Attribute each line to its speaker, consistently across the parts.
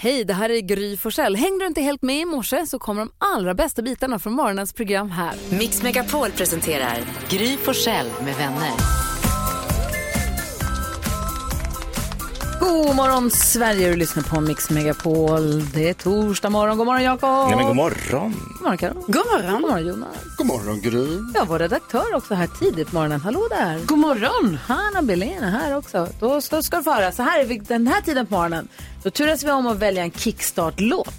Speaker 1: Hej, det här är Gry Forssell. Hängde du inte helt med i morse så kommer de allra bästa bitarna från morgonens program här.
Speaker 2: Mix Megapol presenterar Gry Forssell med vänner.
Speaker 1: God morgon Sverige, du lyssnar på Mix Megapol. Det är torsdag morgon. God morgon Jakob.
Speaker 3: Ja, men god morgon.
Speaker 1: God morgon Karo. God morgon. God morgon Jonas.
Speaker 3: God morgon, Gry.
Speaker 1: Ja, vår redaktör också här tidigt på morgonen. Hallå där.
Speaker 4: God morgon.
Speaker 1: Hanna Belén är här också. Då, då ska du få höra. Så här är vi den här tiden på morgonen. Då turas vi om att välja en kickstart-låt.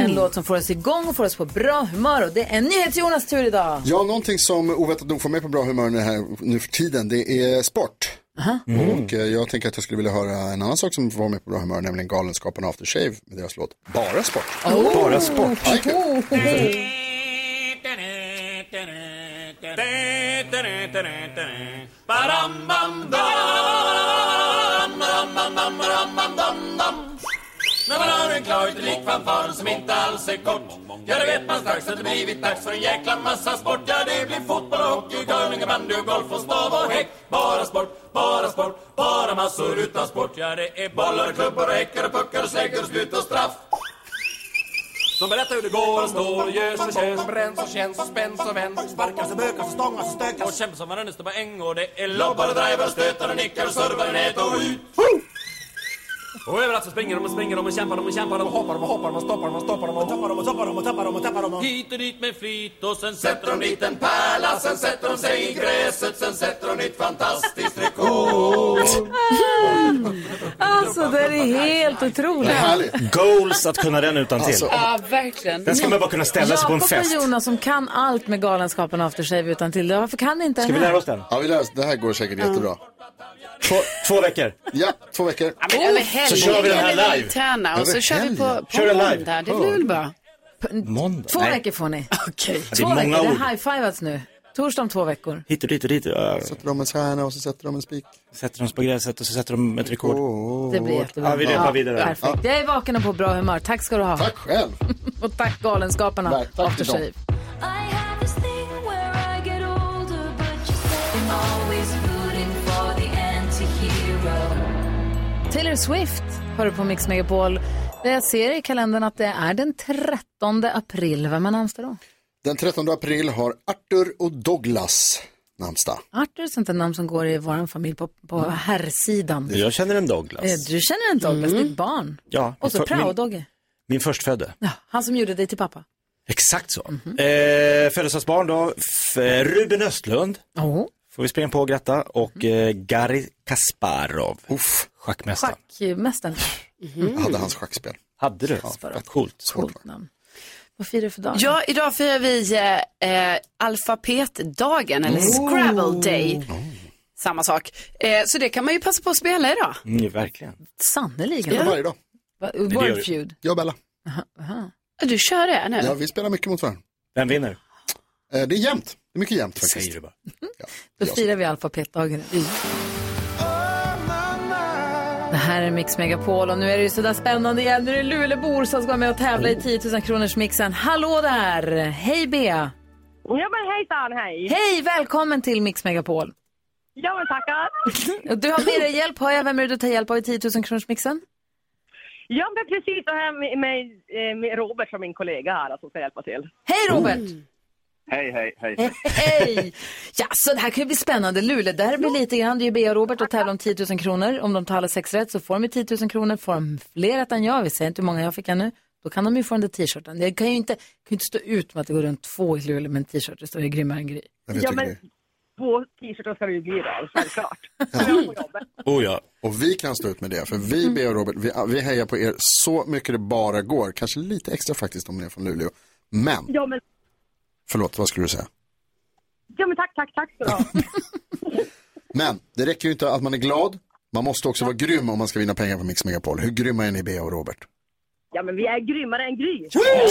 Speaker 1: En låt som får oss igång och får oss på bra humör. Och det är NyhetsJonas tur idag.
Speaker 5: Ja, någonting som oväntat nog får mig på bra humör nu, här, nu för tiden, det är sport.
Speaker 3: Mm.
Speaker 5: Och eh, jag tänker att jag skulle vilja höra en annan sak som får mig på bra humör, nämligen Galenskaparna After Shave med deras låt Bara Sport.
Speaker 3: Oh, Bara sport.
Speaker 6: När man har en clout lik fanfaren som inte alls är kort Ja, då vet man strax att det blivit dags för en jäkla massa sport Ja, det blir fotboll och hockey, curling och bandy och golf och stav och häck Bara sport, bara sport, bara massor utan sport Ja, det är bollar, klubbor och häckar och puckar och släggor och slut och straff de berättar hur det går och står och gör som känns De bränns och känns och spänns och vänds Sparkas och bökas och stångas och stökas Och kämpas om varandra nästa poäng Och det är lobbar och drivar och stötar och nickar och servar och nät och ut och överallt så springer de och springer de och kämpar de och kämpar de och hoppar de och hoppar de och stoppar de och stoppar de och tappar de och tappar de och tappar de och tappar de Hit och dit med flit och sen sätter de dit en pärla Sen sätter de sig i gräset Sen sätter de nytt fantastiskt rekord
Speaker 1: Alltså, det är helt otroligt.
Speaker 5: Härligt.
Speaker 3: Goals att kunna den utan till.
Speaker 4: Ja, verkligen.
Speaker 3: Den ska man bara kunna ställa sig på en
Speaker 1: Jakob och
Speaker 3: fest.
Speaker 1: Jonas som kan allt med Galenskapen After Shave utan till det. Varför kan ni inte
Speaker 3: Ska vi
Speaker 1: det här?
Speaker 3: lära oss den?
Speaker 5: Ja, vi lär oss. Det här går säkert jättebra.
Speaker 3: Två, två veckor.
Speaker 5: Ja, två veckor.
Speaker 4: Men över helgen
Speaker 3: Så kör vi den här
Speaker 4: hinner vi
Speaker 3: live.
Speaker 4: Träna och så
Speaker 5: Över
Speaker 4: kör vi på,
Speaker 5: helgen.
Speaker 4: på
Speaker 3: Kör den live.
Speaker 4: måndag. Det blir väl bra?
Speaker 3: Måndag?
Speaker 1: Två
Speaker 3: Nej,
Speaker 1: veckor får ni.
Speaker 4: Okej.
Speaker 3: Det
Speaker 1: Två
Speaker 3: är många
Speaker 1: veckor.
Speaker 3: ord.
Speaker 1: Det är high-fivats nu. Torsdag om två veckor.
Speaker 3: Hit och dit och dit. Ja,
Speaker 5: Sätter de en stjärna och så sätter de en spik.
Speaker 3: Sätter de oss på gräset och så sätter de ett rekord.
Speaker 1: Det blir jättebra.
Speaker 3: Ja, vi repar vidare.
Speaker 1: Perfekt. Jag är vaken och på bra humör. Tack ska du ha.
Speaker 5: Tack själv.
Speaker 1: Och tack Galenskaparna
Speaker 5: Tack, tack
Speaker 1: After
Speaker 5: till dem.
Speaker 1: Shave.
Speaker 7: I have this thing where I get older, but you say I'm always rooting for the anti-hero.
Speaker 1: Taylor Swift hör du på Mix Megapol. Det Jag ser i kalendern att det är den 13 april. Vem har namnsdag då?
Speaker 5: Den 13 april har Arthur och Douglas namnsdag.
Speaker 1: Arthur är ett sånt där namn som går i vår familj på, på
Speaker 3: Mm.
Speaker 1: herrsidan.
Speaker 3: Jag känner en Douglas.
Speaker 1: Eh, Du känner en Douglas, ditt barn.
Speaker 3: Mm. Ja,
Speaker 1: Och så
Speaker 3: för- min-
Speaker 1: Prao-Dogge.
Speaker 3: Min förstfödde.
Speaker 1: Ja, han som gjorde dig till pappa.
Speaker 3: Exakt så.
Speaker 1: Mhm.
Speaker 3: Eh, Födelsedagsbarn då. F- eh, Ruben Östlund.
Speaker 1: Oh.
Speaker 3: Får vi springa på och gratta. Och
Speaker 1: Mm.
Speaker 3: eh, Garry Kasparov.
Speaker 5: Uff,
Speaker 3: Schackmästaren.
Speaker 1: Schackmästaren.
Speaker 5: hade hans schackspel.
Speaker 3: Hade du? Ja, coolt.
Speaker 1: Coolt namn. Vad firar du för dag?
Speaker 4: Ja, idag firar vi eh, eh, alfabetdagen eller
Speaker 3: Oh.
Speaker 4: Scrabble Day. Samma sak. Eh, så det kan man ju passa på att spela idag.
Speaker 3: Mm, verkligen.
Speaker 1: Sannerligen.
Speaker 5: Spelar varje dag.
Speaker 1: Va-
Speaker 3: det gör
Speaker 1: Word
Speaker 3: vi.
Speaker 1: feud.
Speaker 5: Jag och Bella.
Speaker 4: Du kör det nu.
Speaker 5: Ja, vi spelar mycket mot varandra.
Speaker 3: Vem vinner?
Speaker 5: Eh, Det är jämnt. Det är mycket jämnt faktiskt.
Speaker 3: Säger du bara.
Speaker 1: Då firar vi alfabetdagen. Det här är Mix Megapol och nu är det ju sådär spännande igen. Nu är det Luleåbor som ska vara med och tävla i 10 000 kronors mixen. Hallå där! Hej Bea!
Speaker 8: Ja men hejsan hej!
Speaker 1: Hej, välkommen till Mix Megapol.
Speaker 8: Ja men tackar!
Speaker 1: Du har med dig hjälp, har jag. Vem är det du tar hjälp av i 10 000 kronors mixen?
Speaker 8: Jag är precis här med, med, eh, med Robert som min kollega här som ska hjälpa till.
Speaker 1: Hej Robert! Hej, hej, hej. Hej! Ja, så det här kan ju bli spännande. Luleå, det här blir lite grann. Det är ju Bea och Robert och tävlar om 10 000 kronor. Om de tar alla sex rätt så får de ju 10 000 kronor. Får de fler rätt än jag, vi säger inte hur många jag fick ännu, då kan de ju få den där t-shirten. Jag kan ju inte, kan ju inte stå ut med att det går runt två i Luleå med en t-shirt. Det står ju grymmare än Gry.
Speaker 5: Jag vet
Speaker 8: Ja
Speaker 5: inte
Speaker 8: men
Speaker 5: det.
Speaker 8: två t-shirtar ska det ju bli då, självklart. Jag får jobbet.
Speaker 3: Oh ja.
Speaker 5: Och vi kan stå ut med det, för vi, Bea och Robert, vi, vi hejar på er så mycket det bara går. Kanske lite extra faktiskt om ni är från Luleå. Men,
Speaker 8: Ja men,
Speaker 5: förlåt, vad skulle du säga?
Speaker 8: ja men tack, tack, tack ska du ha.
Speaker 5: Men, det räcker ju inte att man är glad. Man måste också vara grym om man ska vinna pengar på Mix Megapol. Hur grymma är ni, Bea och Robert?
Speaker 8: Ja men vi är grymmare än Gry.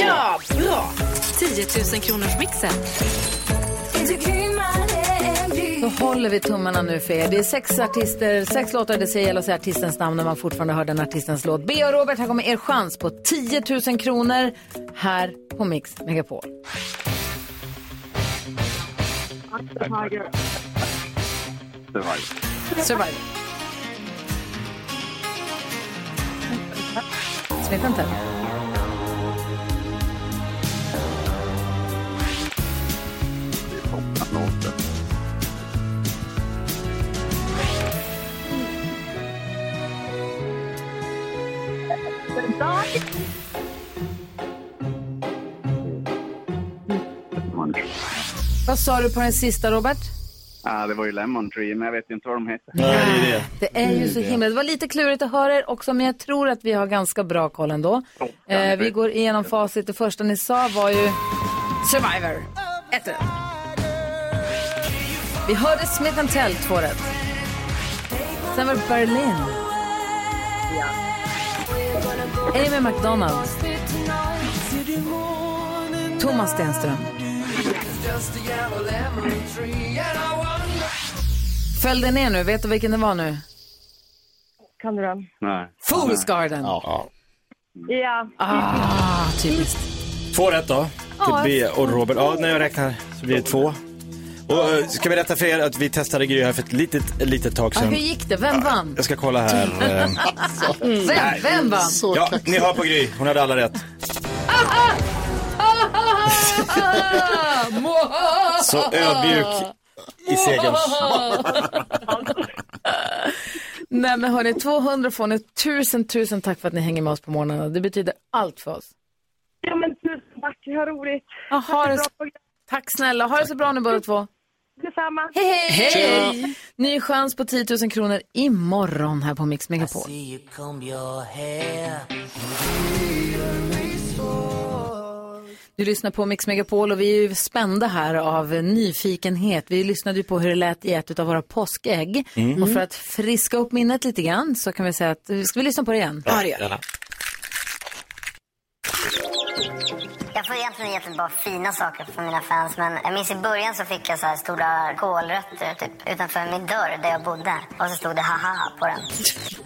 Speaker 4: Ja, bra.
Speaker 2: 10 000 kronors mixen.
Speaker 1: Då håller vi tummarna nu för er. Det är sex artister, sex låtar. Det säger att säga artistens namn när man fortfarande hör den artistens låt. Bea och Robert, här kommer er chans på 10 000 kronor här på Mix Megapol. Survivor. avsnitten till. Vad sa du på den sista, Robert?
Speaker 9: Ja, Ah, det var ju Lemon Tree, men jag vet inte vad de heter.
Speaker 3: Ja, det är det.
Speaker 1: Det är ju så himla... Det var lite klurigt att höra er också, men jag tror att vi har ganska bra koll ändå. Eh, vi går igenom facit. Det första ni sa var ju Survivor. Ett rätt. Vi hörde Smith Tell, två rätt. Sen var det Berlin. Amy McDonald. Thomas Stenström. Följ den ner nu. Vet du vilken det var nu?
Speaker 8: Kan du den?
Speaker 9: Nej.
Speaker 1: Fools Garden.
Speaker 8: Ja.
Speaker 1: Ah, typiskt.
Speaker 3: Två rätt då. Till B och Robert. Ja, när jag räknar så blir det två. Och eh, ska vi berätta för er att vi testade Gry här för ett litet, litet tag
Speaker 1: Ah,
Speaker 3: sedan.
Speaker 1: hur gick det? Vem vann?
Speaker 3: Jag ska kolla här. eh.
Speaker 1: Vem, vem vann?
Speaker 5: Så
Speaker 3: Ja,
Speaker 5: kaxigt.
Speaker 3: ni hör på Gry. Hon hade alla rätt. Så ödmjuk i segern.
Speaker 1: Nej men hörni, 200 får ni. Tusen, tusen tack för att ni hänger med oss på morgnarna. Det betyder allt för oss.
Speaker 8: ja, men tusen tack. Ha roligt.
Speaker 1: Ja, ha det,
Speaker 8: Bra
Speaker 1: så-
Speaker 8: program.
Speaker 1: tack snälla. Ha det så bra nu båda två.
Speaker 8: Detsamma.
Speaker 1: Hej, hej! Ny chans på 10 000 kronor imorgon här på Mix Megapol. Du lyssnar på Mix Megapol och vi är ju spända här av nyfikenhet. Vi lyssnade ju på hur det lät i ett av våra påskägg. Och för att friska upp minnet lite grann så kan vi säga att, ska vi lyssna på det igen?
Speaker 4: Ja, det gör jag.
Speaker 10: Jag får egentligen jättebra fina saker från mina fans men jag minns i början så fick jag så här stora kolrötter typ utanför min dörr där jag bodde och så stod det haha på den.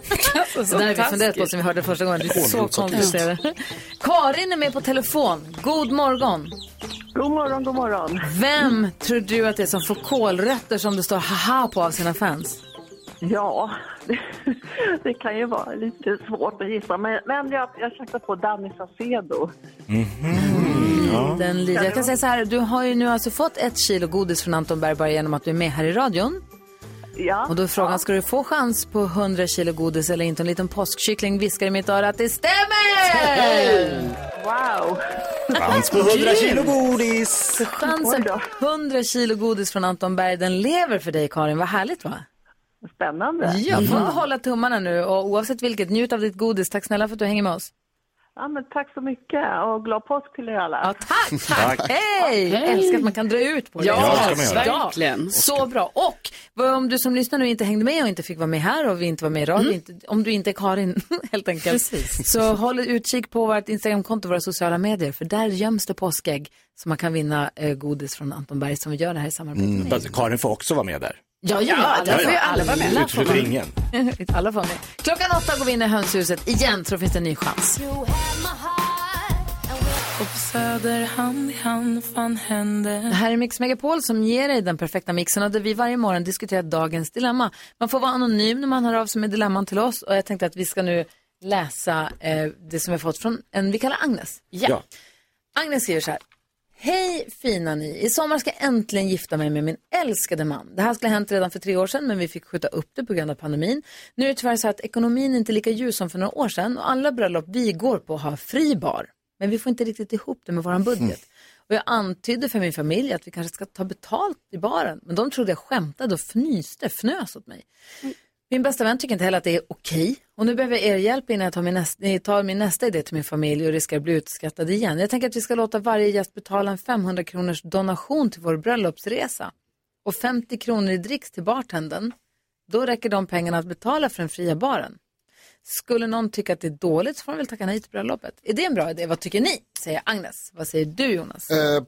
Speaker 1: Det där har vi funderat på sen vi hörde det första gången. Det är så komplicerat. Karin är med på telefon. God morgon!
Speaker 8: God morgon, god morgon.
Speaker 1: Vem tror du att det är som får kolrötter som det står haha på av sina fans?
Speaker 8: Ja, det kan ju vara lite svårt att gissa. Men, men jag, jag chansar på Danny Saucedo.
Speaker 1: Den lider. Jag kan säga så här, du har ju nu alltså fått ett kilo godis från Anton Bergberg genom att du är med här i radion.
Speaker 8: Ja.
Speaker 1: Och då är frågan, ska du få chans på 100 kilo godis eller inte? En liten påskkyckling viskar i mitt öra att det stämmer!
Speaker 8: Wow.
Speaker 3: Chans på 100 kilo godis.
Speaker 1: Chansen på 100 kilo godis från Anton Berg, den lever för dig Karin. Vad härligt va?
Speaker 8: Spännande.
Speaker 1: Ja, får inte hålla tummarna nu och oavsett vilket, njut av ditt godis. Tack snälla för att du hänger med oss.
Speaker 8: Ja, men tack så mycket och glad påsk till er alla.
Speaker 1: Ja, tack, tack. Hej! Älskar att man kan dra ut på det.
Speaker 4: Ja,
Speaker 3: ska man göra.
Speaker 4: verkligen.
Speaker 1: Så bra. Och vad om du som lyssnar nu inte hängde med och inte fick vara med här och vi inte var med i radio, inte, om du inte är Karin helt enkelt, så håll utkik på vårt Instagramkonto och våra sociala medier för där göms det påskägg så man kan vinna eh, godis från Anton Berg som vi gör det här i samarbete med.
Speaker 3: Fast Karin får också vara med där.
Speaker 1: Ja, Mm. ja, ja,
Speaker 4: där får ju alla vara med.
Speaker 1: Alla får
Speaker 3: Absolut
Speaker 1: vara
Speaker 3: ingen.
Speaker 1: med. Alla får vara med. Klockan åtta går vi in i hönshuset igen så då finns det en ny chans.
Speaker 7: You had my heart, and we'll
Speaker 1: Det här är Mix Megapol som ger dig den perfekta mixen och där vi varje morgon diskuterar dagens dilemma. Man får vara anonym när man hör av sig med dilemman till oss och jag tänkte att vi ska nu läsa eh, det som vi har fått från en vi kallar Agnes.
Speaker 3: Ja.
Speaker 1: Agnes skriver så här. Hej fina ni! I sommar ska jag äntligen gifta mig med min älskade man. Det här skulle ha hänt redan för tre år sedan men vi fick skjuta upp det på grund av pandemin. Nu är det tyvärr så att ekonomin inte är lika ljus som för några år sedan och alla bröllop vi går på har fri bar. Men vi får inte riktigt ihop det med våran budget. Och jag antydde för min familj att vi kanske ska ta betalt i baren men de trodde jag skämtade och fnyste, fnös åt mig. Min bästa vän tycker inte heller att det är okej. Och nu behöver jag er hjälp innan jag tar min, nästa, tar min nästa idé till min familj och riskerar att bli utskrattad igen. Jag tänker att vi ska låta varje gäst betala en 500 kronors donation till vår bröllopsresa och 50 kronor i dricks till bartenden. Då räcker de pengarna att betala för den fria baren. Skulle någon tycka att det är dåligt så får de väl tacka nej till bröllopet. Är det en bra idé? Vad tycker ni? Säger Agnes. Vad säger du Jonas?
Speaker 5: Eh,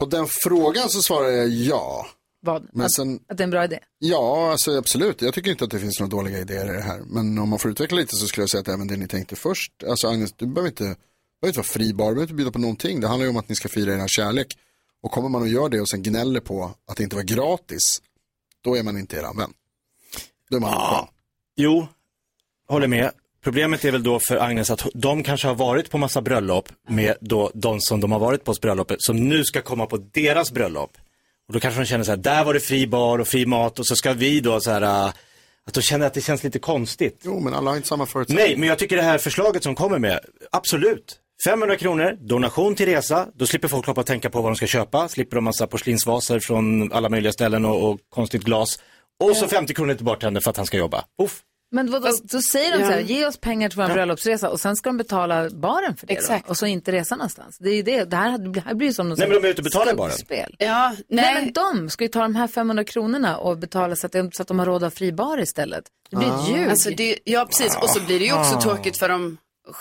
Speaker 5: på den frågan så svarar jag ja.
Speaker 1: Vad?
Speaker 5: men
Speaker 1: att,
Speaker 5: sen-
Speaker 1: att det är en bra idé?
Speaker 5: Ja, alltså absolut. Jag tycker inte att det finns några dåliga idéer i det här. Men om man får utveckla lite så skulle jag säga att även det ni tänkte först, alltså Agnes, du behöver inte, du behöver inte vara fribar, du behöver inte bjuda på någonting. Det handlar ju om att ni ska fira er kärlek. Och kommer man och gör det och sen gnäller på att det inte var gratis, då är man inte er vän. Då är man ja.
Speaker 3: Jo, håller med. Problemet är väl då för Agnes att de kanske har varit på massa bröllop med då de som de har varit på hos bröllopet som nu ska komma på deras bröllop. Och då kanske de känner så här, där var det fri bar och fri mat och så ska vi då så här, äh, att de känner att det känns lite konstigt.
Speaker 5: Jo, men alla har inte samma förutsättningar.
Speaker 3: Nej, men jag tycker det här förslaget som kommer med, absolut. 500 kronor, donation till resa, då slipper folk hoppa och tänka på vad de ska köpa, slipper de massa porslinsvaser från alla möjliga ställen och, och konstigt glas. Och så 50 kronor till bartendern för att han ska jobba. Eh. Uff.
Speaker 1: Men vad, vad, då säger de så här, ge oss pengar till vår bröllopsresa och sen ska de betala baren för det Exakt. Då, och så inte resa någonstans. Det är ju det, det här, det här blir ju som något
Speaker 3: Nej, men de är ute och betalar baren.
Speaker 1: skuggspel.
Speaker 4: Ja,
Speaker 1: Nej. men de ska ju ta de här 500 kronorna och betala så att de, så att de har råd att ha fri bar istället. Det blir
Speaker 3: Ah.
Speaker 1: ett ljug.
Speaker 4: Alltså det, ja, precis. Och så blir det ju också tråkigt för dem.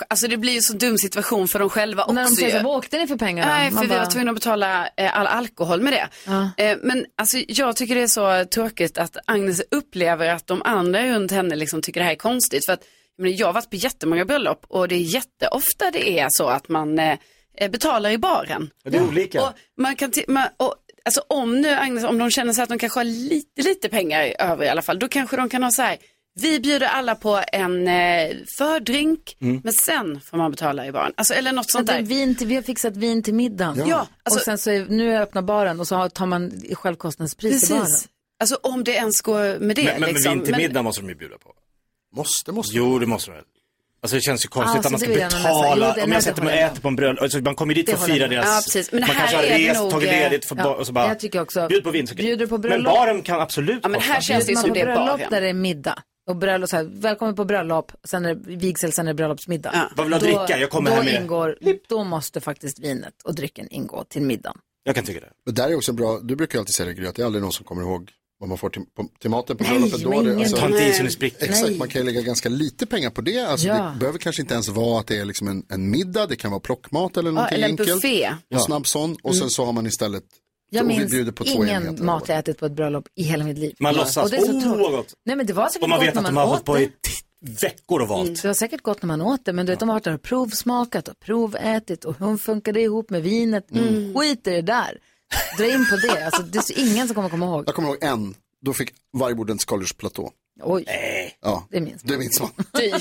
Speaker 4: Alltså det blir ju så dum situation för dem själva
Speaker 1: och när de
Speaker 4: också.
Speaker 1: säger så
Speaker 4: ju.
Speaker 1: här, vad åkte ni för pengarna?
Speaker 4: Nej,
Speaker 1: Man
Speaker 4: för vi
Speaker 1: bara-
Speaker 4: var tvungna att betala eh, all alkohol med det. Eh, Men alltså, jag tycker det är så tråkigt att Agnes upplever att de andra runt henne liksom tycker det här är konstigt. För att, jag, menar, jag har varit på jättemånga bröllop och det är jätteofta det är så att man eh, eh, betalar i baren.
Speaker 3: Det är olika.
Speaker 4: Och man kan ti- man, och, alltså om nu Agnes, om de känner sig att de kanske har lite, lite pengar över i alla fall, då kanske de kan ha så här, vi bjuder alla på en eh, fördrink, men sen får man betala i baren. Alltså, eller något sånt
Speaker 1: Att det är
Speaker 4: där.
Speaker 1: vin till, vi har fixat vin till middagen.
Speaker 4: Ja. Ja, alltså-
Speaker 1: och sen så är, nu är jag öppnar baren och så har- tar man i självkostnadspris i baren.
Speaker 4: Precis. Alltså om det ens går med det.
Speaker 3: Men, men,
Speaker 4: liksom.
Speaker 3: men vintermiddag måste de ju bjuda på.
Speaker 5: Måste, måste.
Speaker 3: Jo, det måste de väl. Alltså det känns ju konstigt
Speaker 1: Alltså,
Speaker 3: att man ska
Speaker 1: det vill jag nog läsa. Jo,
Speaker 3: betala.
Speaker 1: det-
Speaker 3: om
Speaker 1: nej, det
Speaker 3: jag sätter
Speaker 1: håller
Speaker 3: mig
Speaker 1: jag
Speaker 3: och äter på en bröllop, alltså, man kommer ju dit
Speaker 1: Det
Speaker 3: för att
Speaker 1: håller
Speaker 3: fira
Speaker 1: jag med.
Speaker 3: deras...
Speaker 4: Ja, precis. Men
Speaker 3: man
Speaker 4: här
Speaker 3: kanske har
Speaker 4: är det
Speaker 3: rest,
Speaker 4: nog,
Speaker 3: tagit
Speaker 4: eh,
Speaker 3: ledigt, för
Speaker 1: ja.
Speaker 3: bar, och så bara...
Speaker 1: Jag tycker också-
Speaker 3: Bjud på vin så kan-
Speaker 1: bjuder du på
Speaker 3: Men
Speaker 1: bröllop-
Speaker 3: baren kan absolut
Speaker 4: Ja, men här
Speaker 3: kosta.
Speaker 4: känns det ju
Speaker 1: man
Speaker 4: som
Speaker 1: på
Speaker 4: det är
Speaker 1: bröllop
Speaker 4: baren.
Speaker 1: där det är middag. Och bröllop, så här, välkommen på bröllop, sen är det vigsel, sen är det bröllopsmiddag.
Speaker 4: Ja.
Speaker 3: Vad vill du ha dricka? Jag kommer
Speaker 1: då
Speaker 3: här med-
Speaker 1: Ingår, då måste faktiskt vinet och drycken ingå till middagen.
Speaker 3: Jag kan tycka det.
Speaker 5: Men där är också en bra, du brukar ju alltid säga det Gry, att det är aldrig någon som kommer ihåg vad man får till, på, till maten på
Speaker 1: Nej,
Speaker 5: bröllopet.
Speaker 1: men
Speaker 5: är det- alltså,
Speaker 1: ingen
Speaker 3: Ta inte i så ni spricker.
Speaker 5: Exakt,
Speaker 1: Nej.
Speaker 5: man kan ju lägga ganska lite pengar på det. Alltså,
Speaker 1: Ja.
Speaker 5: Det behöver kanske inte ens vara att det är liksom en, en middag, det kan vara plockmat eller
Speaker 4: Ja,
Speaker 5: någonting
Speaker 4: eller en
Speaker 5: enkelt.
Speaker 4: buffé.
Speaker 5: En snabb sån och sen så har man
Speaker 1: Mm.
Speaker 5: istället,
Speaker 1: Jag
Speaker 5: och vi
Speaker 1: minns
Speaker 5: bjuder på två enheter.
Speaker 1: ingen mat jag ätit på ett bröllop i hela mitt liv.
Speaker 3: Man
Speaker 1: Ja.
Speaker 3: låtsas,
Speaker 1: Och det är så
Speaker 3: "Åh,
Speaker 1: tråkigt."
Speaker 3: vad gott.
Speaker 1: Nej men det var säkert
Speaker 3: Och man
Speaker 1: gott
Speaker 3: vet
Speaker 1: när
Speaker 3: att de har hållit
Speaker 1: åt
Speaker 3: på
Speaker 1: det. Mm.
Speaker 3: i t- veckor och valt.
Speaker 1: Det var säkert gott när man åt det, men du vet, de har varit där och provsmakat och provätit och hon funkade ihop med vinet. Mm, Skit i det där. Dra in på det. Alltså, det är så ingen som kommer komma ihåg.
Speaker 5: jag kommer ihåg en, då fick varje bord en skaldjursplatå.
Speaker 1: Oj,
Speaker 5: Ja,
Speaker 1: det minns man.
Speaker 5: det minns man.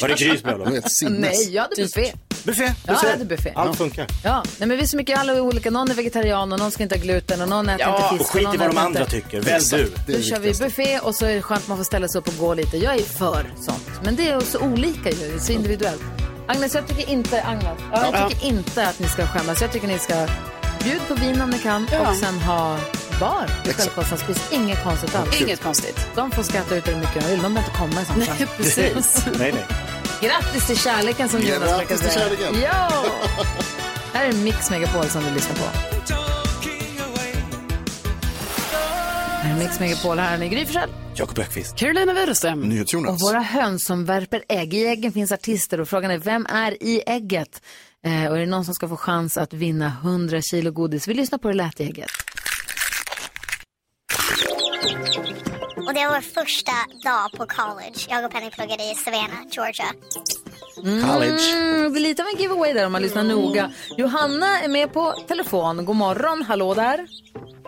Speaker 3: Var det Grys
Speaker 5: Det var
Speaker 3: bröllop?
Speaker 5: helt sinnes.
Speaker 1: Nej, jag hade buffé.
Speaker 3: Buffé.
Speaker 1: Ja, jag hade buffé.
Speaker 3: Allt funkar.
Speaker 1: Ja, nej, men vi är så mycket alla är olika. Någon är vegetarian och någon ska inte ha gluten och någon äter inte
Speaker 3: Och
Speaker 1: fisk.
Speaker 3: skit i
Speaker 1: någon
Speaker 3: vad de
Speaker 1: äter
Speaker 3: andra
Speaker 1: inte-
Speaker 3: tycker. Välj du.
Speaker 5: Det är
Speaker 1: Då kör vi
Speaker 5: viktigast.
Speaker 1: buffé och så är det skönt man får ställa sig upp och gå lite. Jag är för sånt. Men det är så olika ju, det är så individuellt. Agnes, jag tycker inte, Agnes, jag tycker inte att ni ska skämmas. Jag tycker ni ska bjuda på vin om ni kan
Speaker 4: Ja.
Speaker 1: och sen ha bar till självkostnadspris. Inget konstigt alls.
Speaker 4: Inget konstigt.
Speaker 1: De får skratta ut hur mycket de vill. De behöver inte komma i sånt fall.
Speaker 4: Precis.
Speaker 3: Nej, nej.
Speaker 1: Grattis till kärleken som Jonas brukar
Speaker 5: Grattis till
Speaker 1: säga.
Speaker 5: kärleken.
Speaker 1: Ja! Här är Mix Megapol som du lyssnar på. Här är Mix Megapol, här är ni Gry Forssell.
Speaker 3: Jakob Öqvist.
Speaker 4: Carolina Widerström.
Speaker 5: NyhetsJonas.
Speaker 1: Och våra höns som värper ägg. I äggen finns artister och frågan är vem är i ägget? Eh, och är det någon som ska få chans att vinna 100 kilo godis? Vi lyssnar på hur det lät i ägget.
Speaker 10: Och det var vår första dag på college. Jag och Penny pluggade i Savannah, Georgia.
Speaker 3: College.
Speaker 1: Mm, det är lite av en giveaway där om man lyssnar noga. Johanna är med på telefon. God morgon, hallå där.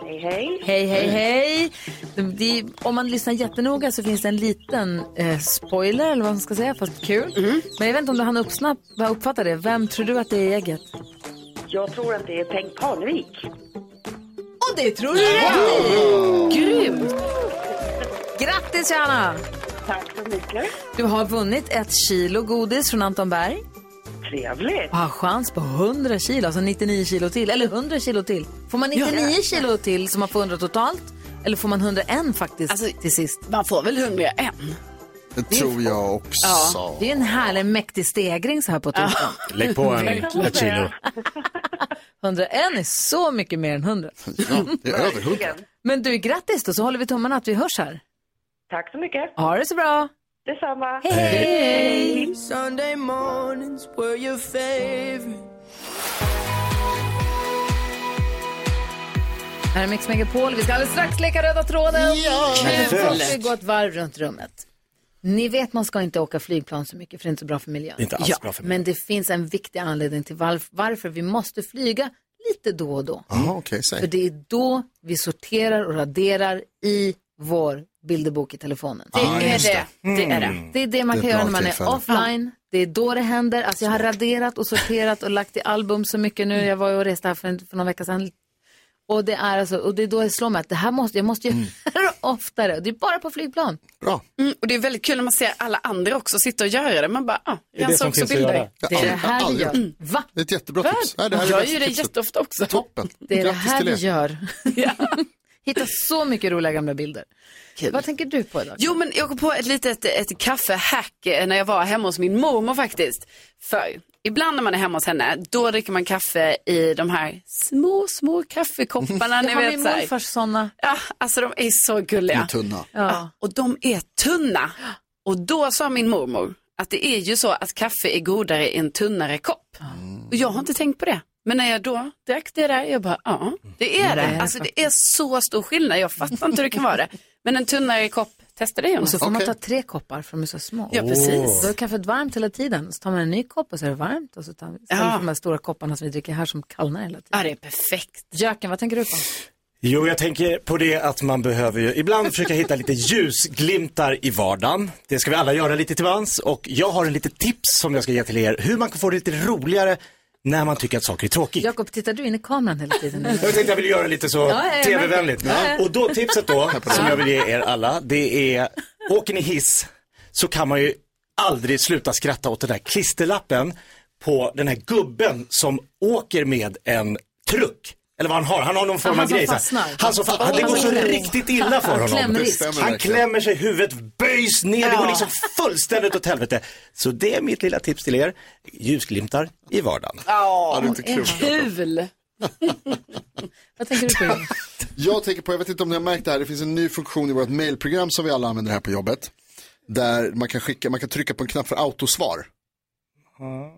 Speaker 8: Hej, hej.
Speaker 1: Hej, hej, hej. Det, det, om man lyssnar jättenoga så finns det en liten eh, spoiler, eller vad man ska säga, fast kul. Men jag vet inte om du hann uppsnapp, uppfatta det. Vem tror du att det är i ägget?
Speaker 8: Jag tror att det är Bengt Parnevik.
Speaker 1: Och det tror du rätt i! Grymt! Grattis Johanna!
Speaker 8: Tack så mycket.
Speaker 1: Du har vunnit ett kilo godis från Anton Berg
Speaker 8: Trevligt.
Speaker 1: och har chans på 100 kilo, alltså 99 kilo till, eller 100 kilo till. Får man 99 kilo till så man får 100 totalt? Eller får man 101 faktiskt
Speaker 4: Alltså,
Speaker 1: till sist?
Speaker 4: Man får väl hundra en.
Speaker 5: Det tror jag också.
Speaker 1: Det är ju en härlig mäktig stegring så här på torsdagen.
Speaker 3: Lägg på en, ett kilo.
Speaker 1: 101 är så mycket mer än 100.
Speaker 5: Ja, det är över hundra.
Speaker 1: Men du, grattis då, så håller vi tummarna att vi hörs här.
Speaker 8: Tack så mycket.
Speaker 1: Ha det så bra!
Speaker 8: Detsamma.
Speaker 1: Hej! Här är Mix Megapol. Vi ska alldeles strax leka röda tråden. Ja! Kul! Vi går ett varv runt rummet. Ni vet man ska inte åka flygplan så mycket för det är inte så bra för miljön.
Speaker 3: Det är inte alls bra för miljön.
Speaker 1: Men det finns en viktig anledning till varf- varför vi måste flyga lite då och då.
Speaker 5: Jaha, okej,
Speaker 1: För
Speaker 5: säg.
Speaker 1: det är då vi sorterar och raderar i vår bilderbok i telefonen.
Speaker 3: Ah.
Speaker 4: Det är det. Det är det.
Speaker 1: Det är det man
Speaker 5: Det Mm.
Speaker 1: kan
Speaker 5: är ett
Speaker 1: göra
Speaker 5: bra
Speaker 1: när man
Speaker 5: tillfälle.
Speaker 1: är offline. Det är då det händer. Alltså jag har raderat och sorterat och lagt i album så mycket
Speaker 5: Mm.
Speaker 1: nu. Jag var ju och reste här för, en, för någon vecka sedan. Och det är alltså, och det är då det slår mig att det här måste, jag måste göra
Speaker 5: Mm.
Speaker 1: oftare. Det är bara på flygplan.
Speaker 5: Bra.
Speaker 4: Mm, och det är väldigt kul när man ser alla andra också sitta och göra det. Man bara, ah, jag såg också bilder.
Speaker 1: Det är det här vi gör.
Speaker 5: Mm.
Speaker 1: Va?
Speaker 5: Det är ett jättebra tips. Nej, det här
Speaker 4: Jag
Speaker 5: är
Speaker 4: gör
Speaker 5: bästa
Speaker 4: ju det
Speaker 5: tipset.
Speaker 4: jätteofta också.
Speaker 5: Toppen.
Speaker 1: Det är det
Speaker 5: Grattis
Speaker 1: här
Speaker 5: till
Speaker 1: vi gör. Hitta så mycket roliga gamla bilder. Vad tänker du på idag?
Speaker 4: Jo, men jag kom på ett litet ett kaffehack eh, när jag var hemma hos min mormor faktiskt. För ibland när man är hemma hos henne, då dricker man kaffe i de här små, små kaffekopparna.
Speaker 1: Jag
Speaker 4: ni
Speaker 1: har
Speaker 4: vet,
Speaker 1: min
Speaker 4: så här.
Speaker 1: morfars sådana.
Speaker 4: Ja, alltså de är så gulliga.
Speaker 5: Med tunna.
Speaker 1: Ja.
Speaker 4: Och de är tunna. Och då sa min mormor att det är ju så att kaffe är godare i en tunnare kopp. Och jag har inte tänkt på det. Men när jag då drack det där, jag bara, ja, det är det. Alltså det är så stor skillnad, jag fattar inte hur det kan vara det. Men en tunnare kopp, testa det
Speaker 1: Och
Speaker 4: Jonas.
Speaker 1: så får man
Speaker 5: Okej.
Speaker 1: ta tre koppar för de är så små.
Speaker 4: Ja, precis.
Speaker 1: Då är kaffet varmt hela tiden. Så tar man en ny kopp och så är det varmt. Och så tar man
Speaker 4: Ja.
Speaker 1: de här stora kopparna som vi dricker här som kallnar hela tiden.
Speaker 4: Ja, det är perfekt.
Speaker 1: Jöken, vad tänker du på?
Speaker 3: Jo, jag tänker på det att man behöver ju ibland försöka hitta lite ljusglimtar i vardagen. Det ska vi alla göra lite till vans och jag har en litet tips som jag ska ge till er hur man kan få det lite roligare när man tycker att saker är tråkigt.
Speaker 1: Jakob, tittar du in i kameran hela tiden?
Speaker 3: Jag tänkte jag ville göra lite så
Speaker 1: ja, jag
Speaker 3: tv-vänligt.
Speaker 1: märker. Ja.
Speaker 3: Och då tipset då, som jag vill ge er alla, det är åker ni hiss så kan man ju aldrig sluta skratta åt den där klisterlappen på den här gubben som åker med en truck. Eller vad han har, han har någon form
Speaker 1: Ja, han
Speaker 3: av
Speaker 1: som
Speaker 3: grej. så här.
Speaker 1: fastnar.
Speaker 3: Han som fastnar. Det
Speaker 1: Han
Speaker 3: går
Speaker 1: som
Speaker 3: så
Speaker 1: klämmer.
Speaker 3: riktigt illa för honom.
Speaker 1: klämmer i.
Speaker 5: Det stämmer
Speaker 3: Han
Speaker 5: verkligen.
Speaker 3: klämmer sig, huvudet böjs ner, det går liksom fullständigt åt helvete. Så det är mitt lilla tips till er, ljusglimtar i vardagen.
Speaker 5: Ja, det är inte klokt.
Speaker 4: Kul!
Speaker 1: Vad tänker du på? Jonas?
Speaker 5: Jag tänker på, jag vet inte om ni har märkt det här, det finns en ny funktion i vårt mailprogram som vi alla använder här på jobbet. Där man kan, skicka, man kan trycka på en knapp för autosvar.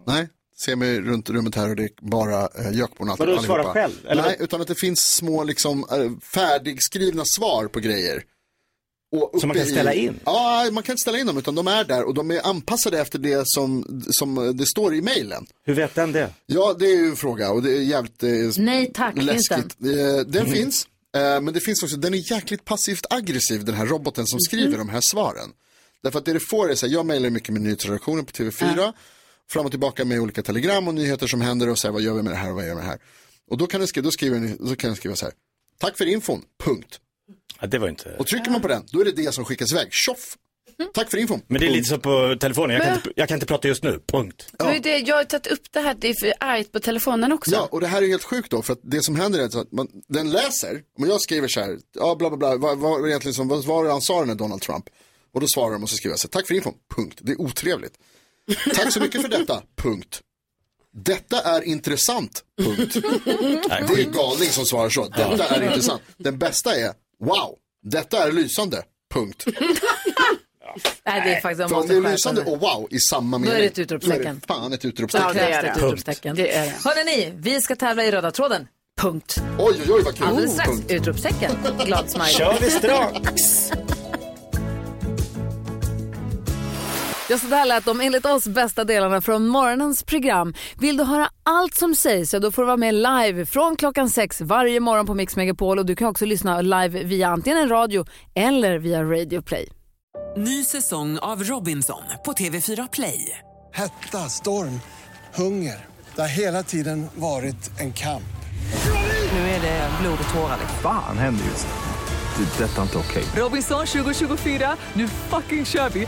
Speaker 5: Nej, se mig runt rummet här och det är bara eh, gökbon allt-
Speaker 3: Vadå,
Speaker 5: allihopa.
Speaker 3: svara själv, eller?
Speaker 5: Nej, utan att det finns små liksom, eh, färdigskrivna svar på grejer. Och
Speaker 3: Som man
Speaker 5: uppe
Speaker 3: kan ställa in?
Speaker 5: Ja, man kan inte ställa in dem utan de är där och de är anpassade efter det som, som det står i mailen.
Speaker 3: Hur vet den det?
Speaker 5: Ja, det är ju en fråga och det är jävligt eh,
Speaker 1: Nej tack, finns den?
Speaker 5: Läskigt. Eh, Den finns. Eh, Men det finns också, den är jäkligt passivt aggressiv den här roboten som skriver de här svaren. Därför att det du får är så här, jag mejlar mycket med nyhetsredaktionen på TV4. Fram och tillbaka med olika telegram och nyheter som händer och så här, vad gör vi med det här och vad gör vi med det här. Och då kan den skriva, då skriver den, då kan den skriva så här, tack för infon, punkt.
Speaker 3: Ja, det var inte...
Speaker 5: Och trycker man på den, då är det det som skickas iväg, tjoff. Tack för infon.
Speaker 3: Men det är
Speaker 5: punkt.
Speaker 3: lite så på telefonen, jag kan, inte, jag kan inte prata just nu, punkt.
Speaker 4: Det var ju det- Jag har tagit upp det här, det är för argt på telefonen också.
Speaker 5: Ja, och det här är helt sjukt då, för att det som händer är så att man, den läser, om jag skriver så här, ja bla bla bla, vad vad var det egentligen som, vad var det han sa den där Donald Trump? Och då svarar de och så skriver jag så här, tack för infon, punkt, det är otrevligt. Tack så mycket för detta, punkt. Detta är intressant, punkt. Det är en galning som svarar så, detta är intressant. Den bästa är, wow, detta är lysande, punkt.
Speaker 1: Nej, det är faktiskt, jag
Speaker 5: För om
Speaker 1: måste
Speaker 5: det är
Speaker 1: skärpa
Speaker 5: lysande
Speaker 1: mig.
Speaker 5: och wow i samma mening.
Speaker 1: är det ett utropstecken.
Speaker 5: då är det Fan ett
Speaker 1: Då
Speaker 5: utropstecken.
Speaker 1: krävs det
Speaker 4: det.
Speaker 1: ett utropstecken.
Speaker 4: Det är det.
Speaker 1: Hörrni, ni, vi ska tävla i röda tråden. Punkt.
Speaker 5: Oj, oj, oj, vad kul.
Speaker 1: Alldeles strax,
Speaker 5: punkt.
Speaker 1: utropstecken. Glad smile.
Speaker 3: Kör vi strax!
Speaker 11: Ja, så där lät de enligt oss bästa delarna från morgonens program. Vill du höra allt som sägs så då får du vara med live från klockan sex varje morgon på Mix Megapol och du kan också lyssna live via antingen en radio eller via Radio Play.
Speaker 2: Ny säsong av Robinson på TV4 Play.
Speaker 12: Hetta, storm, hunger. Det har hela tiden varit en kamp.
Speaker 2: Nu är det blod och tårar.
Speaker 6: Fan händer just nu. det. är Detta är inte okej.
Speaker 2: Robinson 2024, nu fucking kör vi!